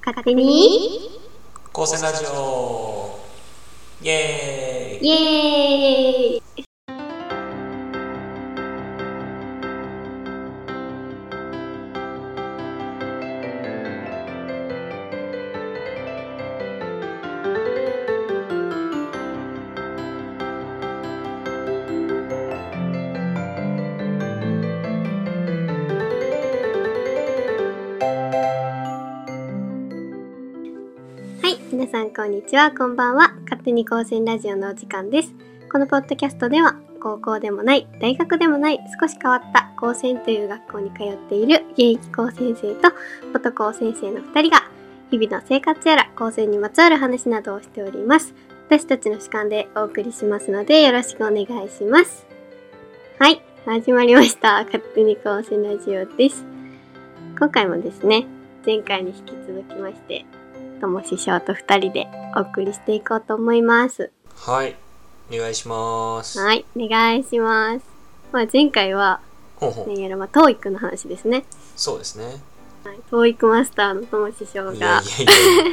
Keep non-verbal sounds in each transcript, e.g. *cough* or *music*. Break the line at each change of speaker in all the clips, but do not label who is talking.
片手に
高専ラジオイエーイ
イエーイはい、皆さんこんにちは、こんばんは。勝手に高専ラジオのお時間です。このポッドキャストでは、高校でもない、大学でもない、少し変わった高専という学校に通っている現役高専生と元高専生の2人が、日々の生活やら高専にまつわる話などをしております。私たちの主観でお送りしますので、よろしくお願いします。はい、始まりました。勝手に高専ラジオです。今回もですね、前回に引き続きまして、とも師匠と2人でお送りしていこうと思います。
はいお願いします
はい、お願いします。まあ、前回は、
ほうほう
ね、やらまあ、TOEIC の話ですね。
そうですね
はい、TOEIC マスターのとも師匠
いや
が、
いやい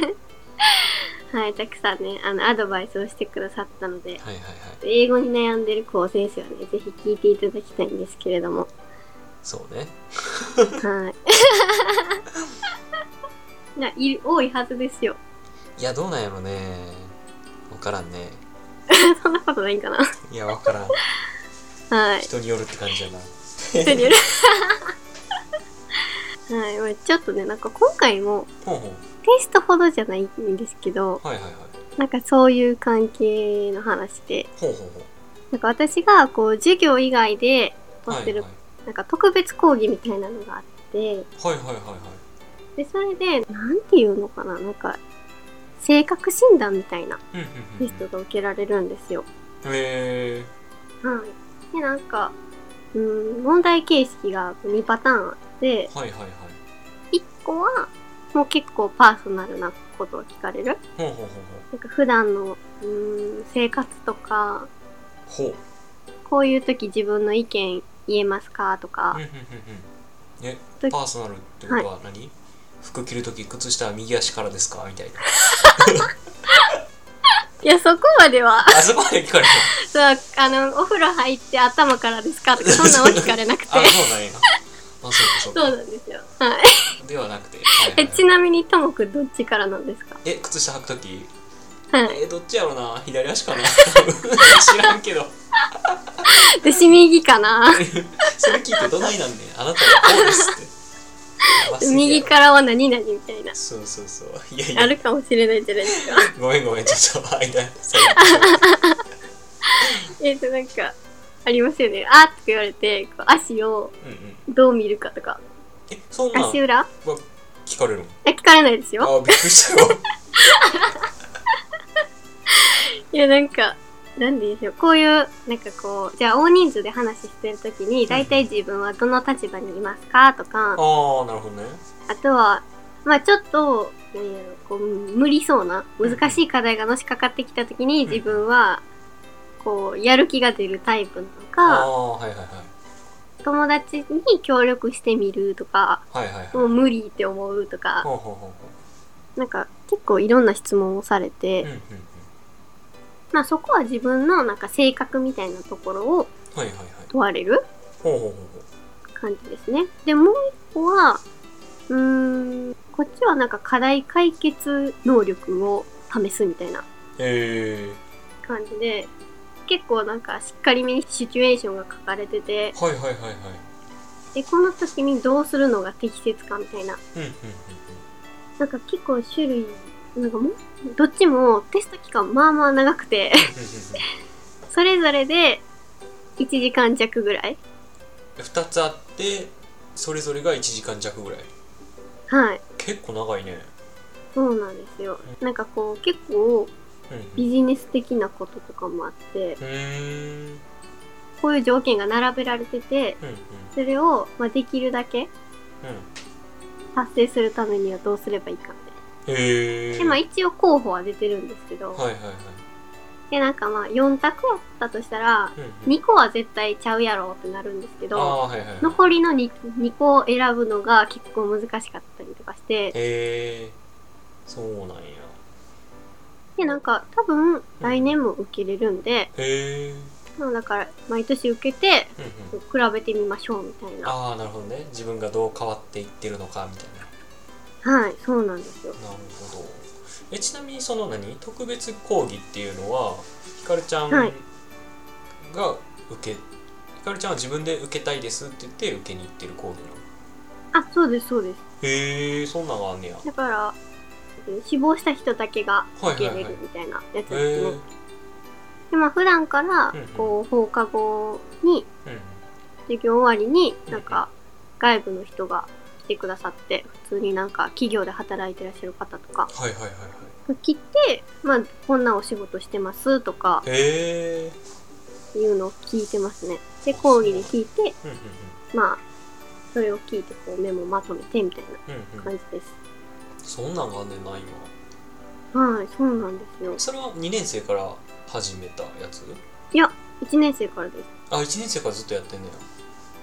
や
はい、たくさんね、あの、アドバイスをしてくださったので、
はいはいはい
英語に悩んでる高先生はね、ぜひ聞いていただきたいんですけれども、
そうね
はい。 *laughs* ないる多いはずですよ。 *laughs*
いやどうなんやろねわからんね
そんなことないんかな。
いやわからん
はい。
人によるって感じやな
人による *laughs* はい、まあ、ちょっとね、なんか今回も、
ほうほ
テストほどじゃないんですけど
うはいはいはい
なんかそういう関係の話で
ほうほうほ
なんか私がこう授業以外で
う
持
は
っ
いは
て
い
る
はい
なんか特別講義みたいなのがあって
はいはいはい
でそれでなんていうのかななんか性格診断みたいな
うんうんうん
テストが受けられるんですよ。
へえ
はい、でなんかうん問題形式が2パターンあって
はいはいはい
1個はもう結構パーソナルなことを聞かれる
ほうほうほう
なんか普段のうん生活とか
ほうほう
こういう時自分の意見言えますかと
うん
か
うんうんうんえ
と
パーソナルってことは何、服着るとき靴下は右足からですかみたいな
いやそこまでは *laughs*
あそこまで聞かれた
そうあのお風呂入って頭からですかとか
*laughs*
そんなんは聞かれなくて
あそう
*laughs*
なんやあそ
そ
うかそう
う
か
なんですよ、はい、
ではなくて、はいはい
えちなみにともくんどっちからなんですか
え靴下履くとき
はい
えどっちやろな左足かな *laughs* 知らんけど *laughs*
私右かな
それ聞いてどないなんねんあなたはこうですってやばすぎやろ
右からは何々みたいな
そうそうそういやい
あ
や
るかもしれないじゃないですか
ごめんごめんちょっと間
*laughs*
最
えっとなんかありますよねあーって言われてこう足を
後うんうん
どう見るかとか
えそんなん
足裏
は聞かれるの
え聞かれないですよ
あびっくりした
*laughs*
よ
いやなんかなんでですよこういうなんかこうじゃあ大人数で話してる時に大体自分はどの立場にいますかとか、あ
ああなるほどね
とはまあちょっとなんやろこう無理そうな難しい課題がのしかかってきた時に
うん
自分はこうやる気が出るタイプなの
あ
か、
あはいはいはい
友達に協力してみるとか
はいはいはい
もう無理って思うとか、
ほうほうほうほ
なんか結構いろんな質問をされて、
ううんうんうん
まあそこは自分のなんか性格みたいなところを
はいはいはい
問われる
ほうほうほうほう
感じですね。で、もう一個は、うーん、こっちはなんか課題解決能力を試すみたいな
え
感じで、結構なんかしっかりめにシチュエーションが書かれてて、
ー、はいはいはいはい
で、この時にどうするのが適切かみたいな。
うんうんうん
なんか結構種類、なんかもう、どっちもテスト期間まあまあ長くて、 *laughs*
う
それぞれで1時間弱ぐらい。
ん2つあってそれぞれが1時間弱ぐらい
はい。
結構長いね
そうなんですよ。なんかこう結構
うんうん
ビジネス的なこととかもあって、
うーん
こういう条件が並べられてて、
うんうん
それを、まあ、できるだけ
うん
達成するためにはどうすればいいかみたい
へえ
な。で、まあ一応候補は出てるんですけど、
はいはいはい
で、なんかまあ4択やったとしたら、
うんうん
2個は絶対ちゃうやろってなるんですけ
あ
ど、
あはいはいはい
残りの 2, 2個を選ぶのが結構難しかったりとかして、
へえ
でなんか多分来年も受けれるんで、
へえ、うん
まあだから毎年受けて
うん、
こう比べてみましょうみたいな
ああなるほどね自分がどう変わっていってるのかみたいな
はいそうなんですよ
なるほどえちなみにその何特別講義っていうのはひかるちゃんが
は
受
い
け、ひかるちゃんは自分で受けたいですって言って受けに行ってる講義なの
あそうですそうです
へえそんなんがあんねや
だからえー死亡した人だけが
はい
受け
はいは
れ
い
るみたいなやつです
へ
ね、
え
でまあ普段から
うんうん
こう放課後に
うん
授業終わりになんか外部の人が来てくださって普通になんか企業で働いてらっしゃる方とか
はいはいはいは
来て、まあ、こんなお仕事してますとか
いへえ
いうのを聞いてますねで講義で聞いて
うんうん
まあそれを聞いてこうメモまとめてみたい
うんう
なん
う
感
ん
じです
そんなんがあんねんな今
はいそうなんですよ
それは2年生から始めたやつ
1年生からです
あ1年生からずっとやってんね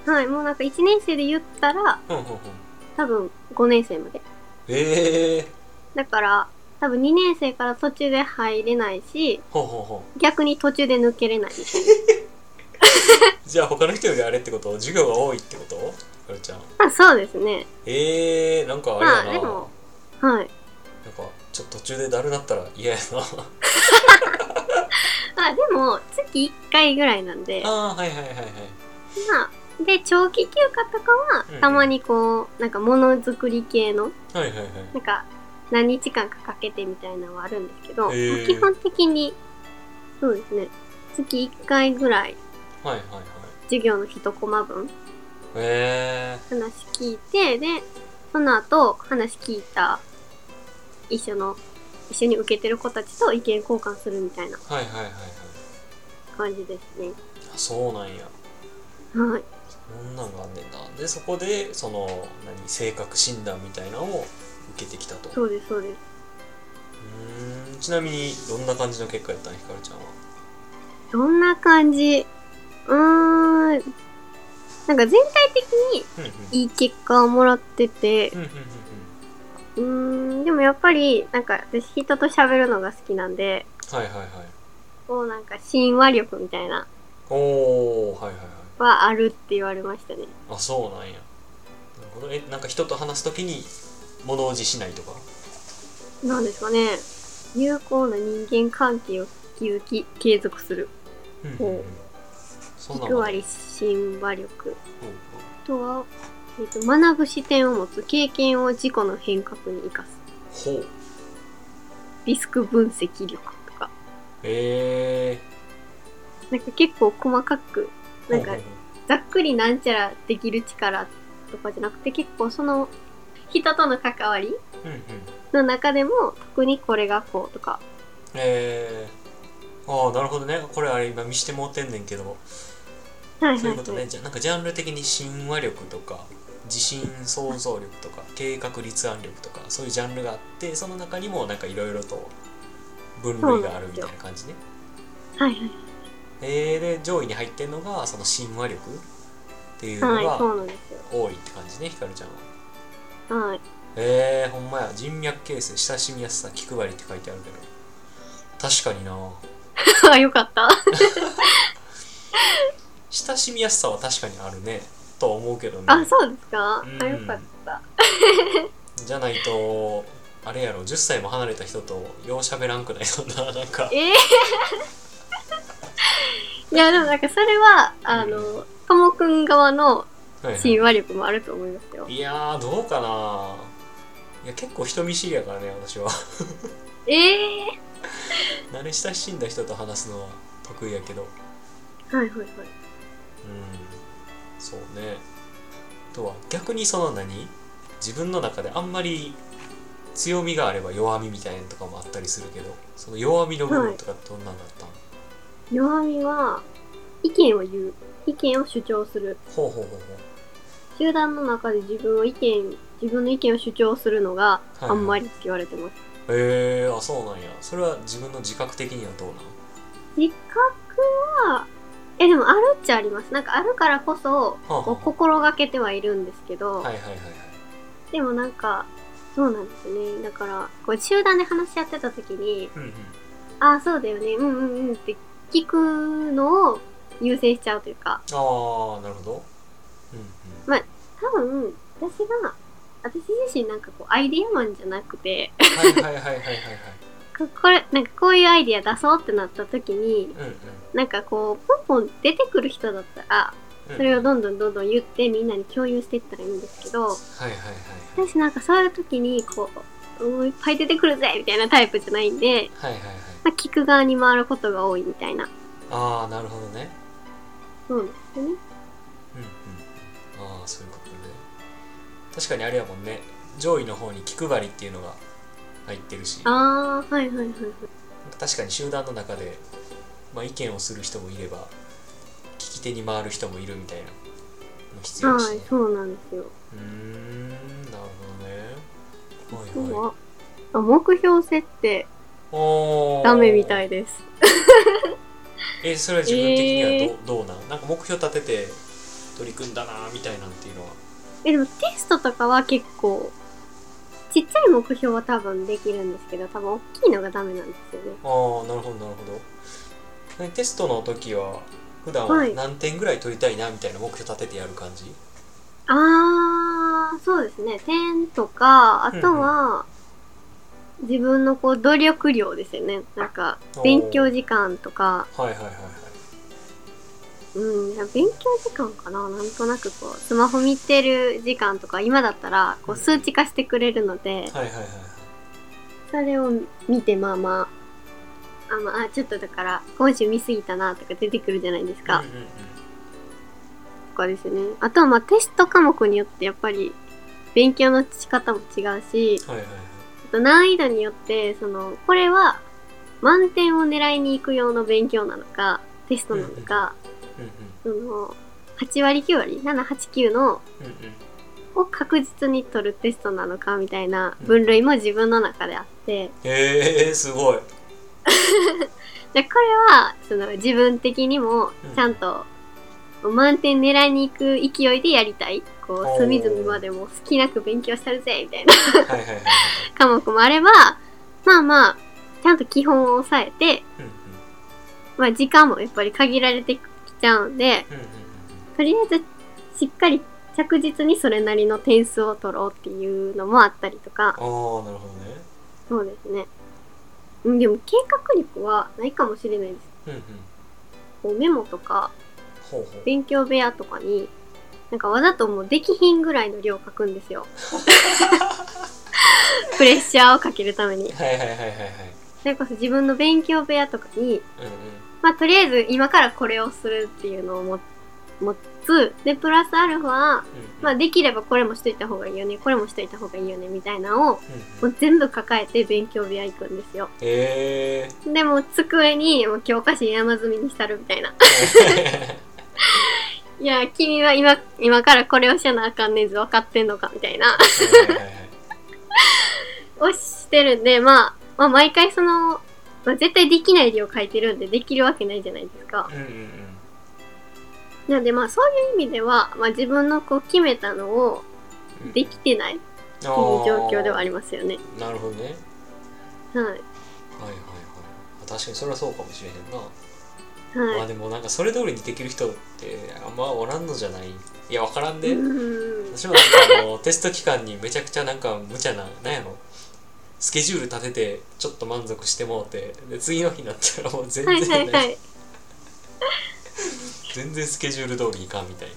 はいもうなんか1年生で言ったら
やうんうんうん
多分5年生まで
へえ
だから多分2年生から途中で入れないし
ほうほうほう
逆に途中で抜けれ
*laughs*
ないみたい
じゃあ他の人よりあれってこと授業が多いってことひかるちゃん
なあそうですね
ええー、なんかあれ
まあ
やな、
でもはい
なんかちょっと途中でだるなったら嫌やな
あでも月1回ぐらいなんで
ああはいはいはいはい
まあで長期休暇とかは
うんうん
たまにこうなんかものづくり系の
はいはいはい
なんか何日間かかけてみたいなのはあるんですけど、
へー
基本的にそうですね月1回ぐらい
はいはいはい
授業の1コマ分
え
話聞いてでその後話聞いた一緒の一緒に受けてる子たちと意見交換するみたいな
えー、はいはいはいはい
感じですね。
あそうなんや
はい、
そんなんがあんねんなでそこでその何性格診断みたいなのを受けてきたと
そうですそうです。
うーんちなみにどんな感じの結果やったんひかるちゃんは
どんな感じうーん。なんか全体的に
うんうん
いい結果をもらってて
う、んうんうんうん
うーん、でもやっぱり、なんか私人と喋るのが好きなんで、
はいはいはい
こうなんか親和力みたいな、
おおはいはいはい
はあるって言われましたね。
あそうなんやなるほどえなんか人と話すときに物おじしないとか
なんですかね。有効な人間関係を引き受け、継続する。
うん
うんうん
そんな
6
もんうんうん
割親和力。あとは、えっ、と、学ぶ視点を持つ、経験を自己の変革に生かす。
ほう
リスク分析力とか。
え
なんか結構細かく、
ー、
なんかざっくりなんちゃらできる力とかじゃなくて結構その人との関わり
うんうん
の中でも特にこれがこうとか
えー、ああなるほどねこれあれ今見してもうてんねんけど
はい
そ
はい
うい
は
うことねじゃなんかジャンル的に親和力とか自信想像力とか計画立案力とかそういうジャンルがあってその中にもなんかいろいろと分類があるみたいな感じね
はいはい
えー、で上位に入ってんのがその親和力っていうの
はいそ
が
うなんですよ
多いって感じねひかるちゃんは
はい *laughs*
えー、ほんまや人脈形成親しみやすさ気配りって書いてあるけど確かにな
あよかった
親しみやすさは確かにあるねとは思うけどね
あそうですか
うん
あよかった
*laughs* じゃないとあれやろ10歳も離れた人とよう喋らんくないそんななんか
ええ *laughs* いやでもなんかそれはあのともくん側の
はいはい
親和力もあると思いますよ
いやーどうかないや結構人見知りやからね私は *laughs*
ええ
慣れ親しんだ人と話すのは得意やけど
はいはいはい
うんそうねあとは逆にその何自分の中であんまり強みがあれば弱みみたいなのとかもあったりするけどその弱みの部分とかどんなんだったん、
弱みは意見を言う意見を主張する
ほうほうほうほ
集団の中で自分を意見自分の意見を主張するのが
はいはい
あんまりって言われてます、
うへえー、あそうなんやそれは自分の自覚的にはどうなん
自覚はえでもあるっちゃありますなんかあるからこそ
あはあ
こう心がけてはいるんですけど、
はいはいはいはい
でもなんかそうなんですねだからこう集団で話し合ってた時に
うんうん
ああそうだよねうんうんうんって聞くのを優先しちゃうというか
あーなるほどうん *laughs* うん
多分私が私自身なんかこうアイディアマンじゃなくて *laughs*
はいはいはいはいはいはい
ここれなんかこういうアイディア出そうってなった時に
うんうん
なんかこうポンポン出てくる人だったら
うん
それをどんどんどんどん言ってみんなに共有していったらいいんですけど
はいはいはいはい
私なんかそういう時にこううーいっぱい出てくるぜみたいなタイプじゃないんで、
はいはいはい
まあ、聞く側に回ることが多いみたいな
ああなるほどね
そうですよね
うんうんああそういうことね確かにあれやもんね上位の方に気配りっていうのが入ってるし
ああはいはいはいはい
確かに集団の中で、まあ、意見をする人もいれば聞き手に回る人もいるみたいなの必要だし
はい
ね、
そうなんですよ
うーんなる
今日
ほどねはいはい
はあ目標設定
おー
ダメみたいです
えそれは自分的にはど,、うどうなんなんか目標立てて取り組んだなみたいなんていうのは
えでもテストとかは結構ちっちゃい目標は多分できるんですけど多分大きいのがダメなんですよね
ああなるほどなるほどえテストの時は普段
は
はい何点ぐらい取りたいなみたいな目標立ててやる感じ、
あーそうですね点とかあとは、自分のこう努力量ですよねなんか
おー
勉強時間とか
はいはいはいはい
うん勉強時間かななんとなくこうスマホ見てる時間とか今だったらこう数値化してくれるので
はいはいはいはい
それを見てまあまああのあちょっとだから今週見すぎたなとか出てくるじゃないですか、
うんうんうん
とかですねあとはまあテスト科目によってやっぱり勉強の仕方も違うし
はいはいはい
あと難易度によってそのこれは満点を狙いに行く用の勉強なのかテストなのか、
うんうん
その8割9割789の
うんうん
を確実に取るテストなのかみたいな分類も自分の中であって、
えー、すごい
でこれはその自分的にもちゃんと満点狙いに行く勢いでやりたいこ
おー
う隅々までも好きなく勉強したるぜみたいな
はいはいはいはい
科目もあればまあまあちゃんと基本を抑えて、
うんうん
まあ、時間もやっぱり限られてきちゃうんで
うんうんうん
とりあえずしっかり着実にそれなりの点数を取ろうっていうのもあったりとか
ああなるほどね
そうですねうんでも計画力はないかもしれないです
うんうん
こうメモとか
ほうほう
勉強部屋とかになんかわざともうできひんぐらいの量書くんですよプレッシャーをかけるために
はいはいはいはいはい
それこそ自分の勉強部屋とかに
うんうん
まあとりあえず今からこれをするっていうのをも持つでプラスアルファ
うんうん
まあできればこれもしといた方がいいよねこれもしといた方がいいよねみたいなのを
うん
も
うん
う全部抱えて勉強部屋行くんですよ
えー
でもう机にもう教科書山積みにしたるみたいな *laughs* いや君は今今からこれをしゃなあかんねんぞ分かってんのかみたいな *laughs*
はいはいはいはい
をしてるんで、まあ、まあ、毎回その、まあ、絶対できない量書いてるんで、できるわけないじゃないですか。
うんうんうん
なので、まあ、そういう意味では、まあ、自分のこう決めたのを
うん
できてないっていう
あー
状況ではありますよね。
なるほどね
はい。
はいはいはい確かにそれはそうかもしれへんな、ま
は
あ
い。
でもなんかそれ通りにできる人ってあんまおらんのじゃないいやわからんで、
うん
私もなんかあの *laughs* テスト期間にめちゃくちゃなんか無茶ななんやろスケジュール立ててちょっと満足してもうてで次の日になったらもう全
は
然
い
な、
はいいはい。
全然スケジュール通りいかんみたいな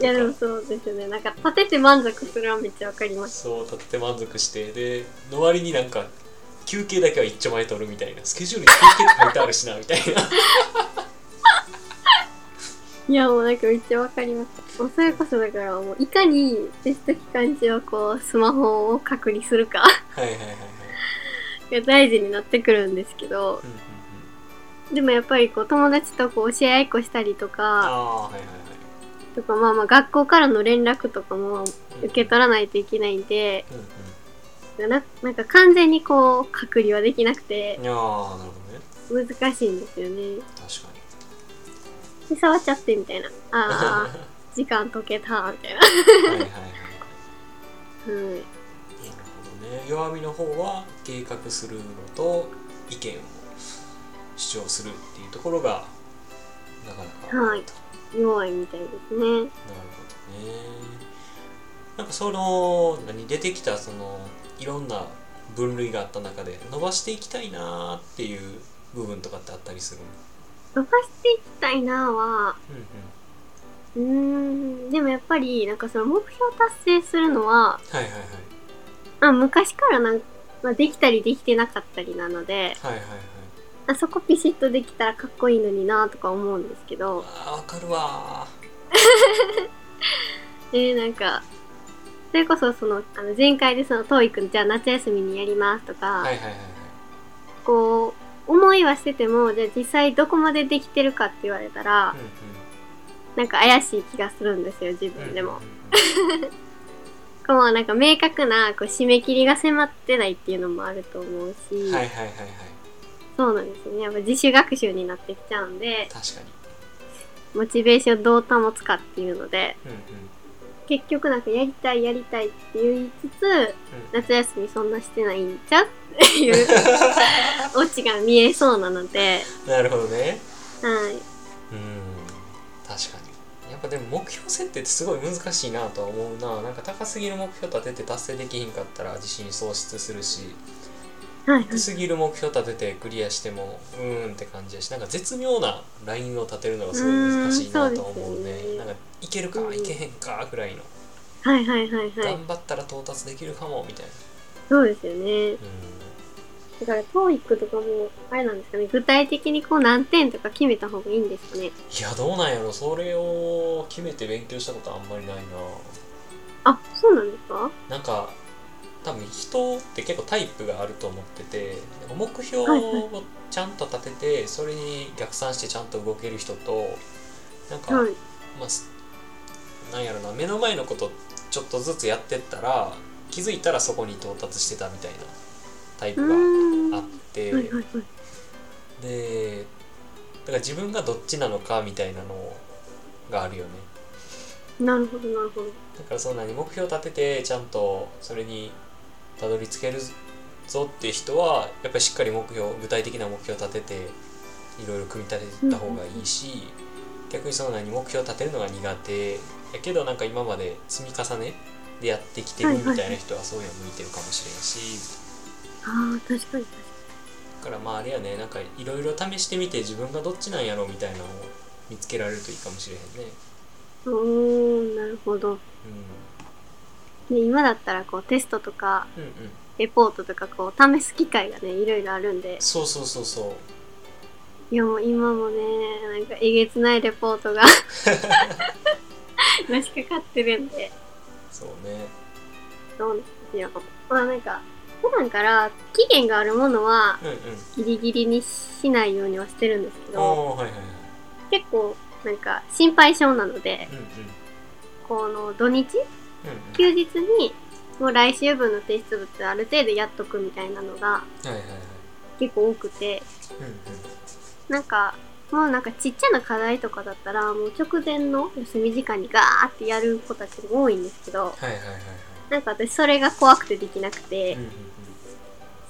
い
や、でもそうですよね。なんか、立てて満足するのはめっちゃわかります。
そう立って満足してでの割になんか休憩だけは一丁前取るみたいなスケジュールに休憩って書いてあるしなみたいな *laughs*
いや、もうなんかめっちゃわかります。もうそれこそだから、もういかにテスト期間中はこう、スマホを隔離するか *laughs*
はいはいはいはい、
が大事になってくるんですけど、
うんうんうん、
でもやっぱりこう友達とこう教え合いっこしたりとか
ああーはいはいはい
とかまあまあ学校からの連絡とかも受け取らないといけないんで
うんうん
ななんか完全にこう隔離はできなくて
いやーなるほどね
難しいんですよね。
確かに
で触っちゃってみたいなああ
*laughs*
時間解けたみたいな。
はいはいはいなる
うん
ほどね弱みの方は計画するのと意見を主張するっていうところがなかなか
はい弱いみたいですね。
なるほどね。なんかその何出てきたそのいろんな分類があった中で伸ばしていきたいなーっていう部分とかってあったりするの
伸ばしていきたいなは、
うんうん
うーん、でもやっぱり、なんかその目標達成するのは、
はいはいはい
あ昔からなんまあ、できたりできてなかったりなので、
はいはいはい
あそこピシッとできたらかっこいいのになとか思うんですけど、
あーわかるわ
えー、なんか、それこそその、あの前回でその、トーイ君じゃあ夏休みにやりますとか、
ーはいはいはいはい
こう、思いはしてても、じゃあ実際どこまでできてるかって言われたら、
うんうん
なんか怪しい気がするんですよ、自
うんうんう
分
ん
でも。こう、なんか明確なこう締め切りが迫ってないっていうのもあると思うし、
はいはいはいはい
そうなんですよね。やっぱ自主学習になってきちゃうんで、
確かに
モチベーションどう保つかっていうので、
うんうん
結局なんかやりたいやりたいって言いつつ、
うん
夏休みそんなしてないんちゃうっていう *laughs* オチが見えそうなので、
なるほどね
はい。
うん確かにやっぱでも目標設定ってすごい難しいなとは思うななんか高すぎる目標立てて達成できひんかったら自信喪失するし
はいはい。
低すぎる目標立ててクリアしてもうーんって感じやしなんか絶妙なラインを立てるのがすごい難しいなとは思う
うーんそう
ね
ですよね
なんかいけるか
うん
いけへんかぐらいの、
はいはいはいはい。
頑張ったら到達できるかもみたいな
そうですよね。
う
だから、トーイックとかも、あれなんですかね、具体的にこう何点とか決めた方がいいんですかね。
んいやどうなんやろそれを決めて勉強したことあんまりないな
あ、そうなんですか
なんか多分人って結構タイプがあると思っててなんか目標
はいは
をちゃんと立ててそれに逆算してちゃんと動ける人となんか、
はい。
まあす、なんやろな目の前のことちょっとずつやってったら気づいたらそこに到達してたみたいなタイ
う
プが
ーん。
あ
は
っ
い
て、
はいはい。
でだから自分がどっちなのかみたいなのがあるよね
なるほどなるほど。
だからそんなに目標立ててちゃんとそれにたどり着けるぞって人はやっぱりしっかり目標具体的な目標立てていろいろ組み立てた方がいいし、逆にそんなに目標立てるのが苦手やけどなんか今まで積み重ねでやってきてるみたいな人はそういうの向いてるかもしれんし、
ああ、確かに確かに。
だからまああれやねなんかいろいろ試してみて自分がどっちなんやろうみたいなのを見つけられるといいかもしれへんね。
おー、なるほど。で、今だったらこうテストとか、
うん、うん、うん
レポートとかこう試す機会がね、いろいろあるんで、
そうそうそうそう
いやもう今もね、なんかえげつないレポートが、 *laughs* のしかかってるんで、
そうね
そうなんですよ。まあなんか、普段から期限があるものは
うんう
ギ
ん
リギリにしないようにはしてるんですけど、
おおーはいはいはい
結構なんか心配性なので、
うんうん
この土日
うんうん
休日にもう来週分の提出物ある程度やっとくみたいなのが
はいはいはい
結構多くて
うんうん
なんかもうなんかちっちゃな課題とかだったらもう直前の休み時間にガーってやる子たちも多いんですけど
はいはいはいはい
なんか私それが怖くてできなく
う
て
んうん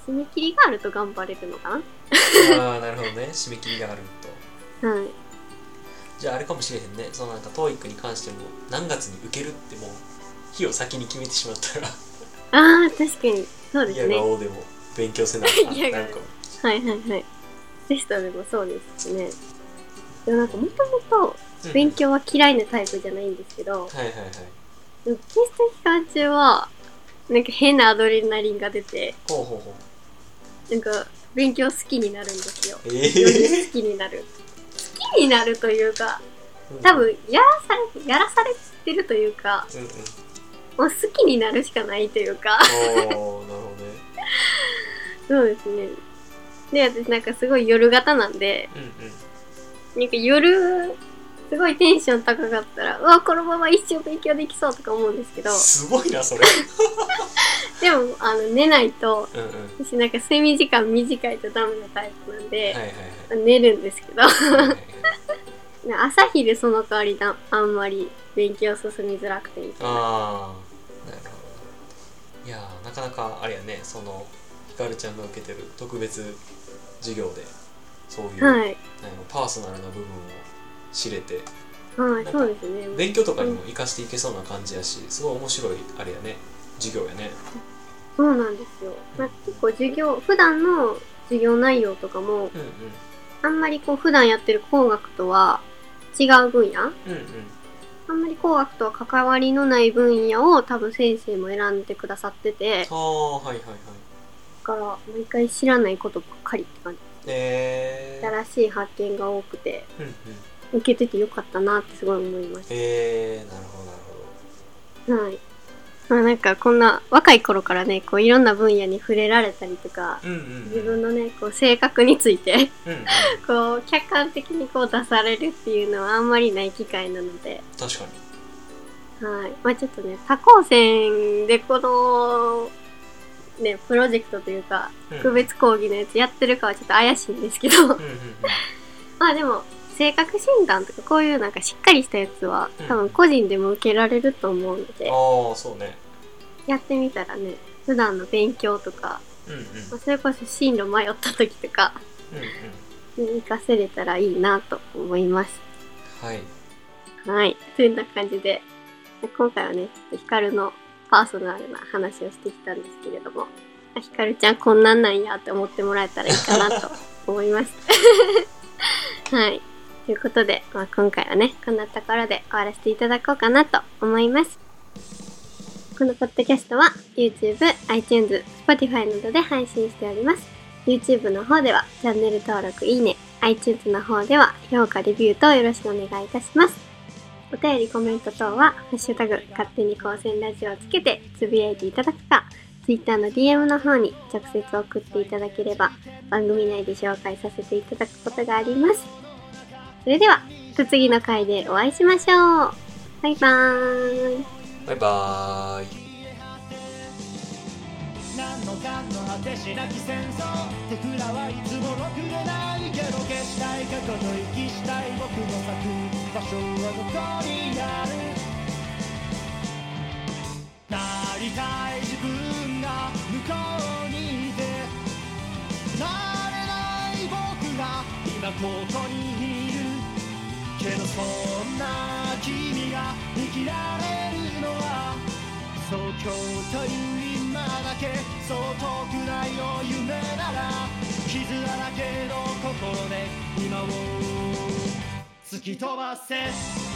締め切りがあると頑張れるのか
うんああなるほどね締め切りがあると
なはい
じゃああれかもしれへんねそのなんか TOEIC に関しても何月に受けるってもう日を先に決めてしまったら
あー確かにそうです
嫌
ね
が
は
おうでも勉強せなあかん
嫌が
な
おうん
か
いはいはいテストでもそうですしねでもなんかもともと勉強は嫌いなタイプじゃないんですけど、
はいはいはい
でもテスト期間中はなんか変なアドレナリンが出て
ほうほうほう
なんか勉強好きになるんですよ。
え
より
え
好きになる。好きになるというか多分やらされやらされてるというか
うんうん
もう好きになるしかないというか
おーなるほどね
そうですね。で私なんかすごい夜型なんで
うんうん
なんか夜すごいテンション高かったらうわこのまま一生勉強できそうとか思うんですけど
すごいなそれ
でもあの寝ないと
うんうんは
私なんか睡眠時間短いとダメなタイプなんで。
いはいはい
寝るんですけど *laughs*
はいはい
朝昼その代わりだあんまり勉強進みづらくてみたいな
ああなるほどいやーなかなかあれやねそのひかるちゃんが受けてる特別授業でそういう、なんや
はい。
ろパーソナルな部分を知れて
はい、そうですね。
勉強とかにも活かしていけそうな感じやしすごい面白いあれやね授業やね
そうなんですよ。なんか結構授業、普段の授業内容とかも、
うんうん
あんまりこう普段やってる工学とは違う分野
うんうん
あんまり工学とは関わりのない分野を多分先生も選んでくださってて、だ
ああはいはいはい
から毎回知らないことばっかりって感じ。
えー、
新しい発見が多くて、
うんうん
受けててよかったなってすごい思いまし
えー、なるほどなるほど
た。はい。まあなんかこんな若い頃からね、こういろんな分野に触れられたりとか、
うんうんうん
自分のね、こう性格について
うんうん、
こう客観的にこう出されるっていうのはあんまりない機会なので、
確かに
はい。まあちょっとね、多項線でこの、ね、プロジェクトというか、
うん
特別講義のやつやってるかはちょっと怪しいんですけど
うんうんうん
まあでも性格診断とかこういうなんかしっかりしたやつは
うん
多分個人でも受けられると思うので、
ああそうね
やってみたらね普段の勉強とか、
うんうんうん
まあそれこそ進路迷った時とか
うん
に活かせれたらいいなと思います。
はい
はい。というような感じで今回はねちょっとヒカルのパーソナルな話をしてきたんですけれどもあヒカルちゃんこんなんなんやって思ってもらえたらいいかなと思います *laughs* はい。ということで、まあ、今回はねこんなところで終わらせていただこうかなと思いますこのポッドキャストは YouTube、iTunes、Spotify などで配信しております YouTube の方ではチャンネル登録、いいね iTunes の方では評価、レビュー等よろしくお願いいたしますお便りコメント等は「ハッシュタグ勝手に高専ラジオ」をつけてつぶやいていただくか Twitter の DM の方に直接送っていただければ番組内で紹介させていただくことがありますそれでは次の回でお会いしましょうバイバーイ
バイバーイ
何の何の果てしなき戦争手札はいつもろくれないけど消したい過去と息したい僕の咲く場所はどこにあるなりたい自分が向こうにいてなれない僕が今ここにいるけどそんな君が生きられるのはそう今日という今だけそう遠くないよ夢なら傷だらけの心で今を突き飛ばせ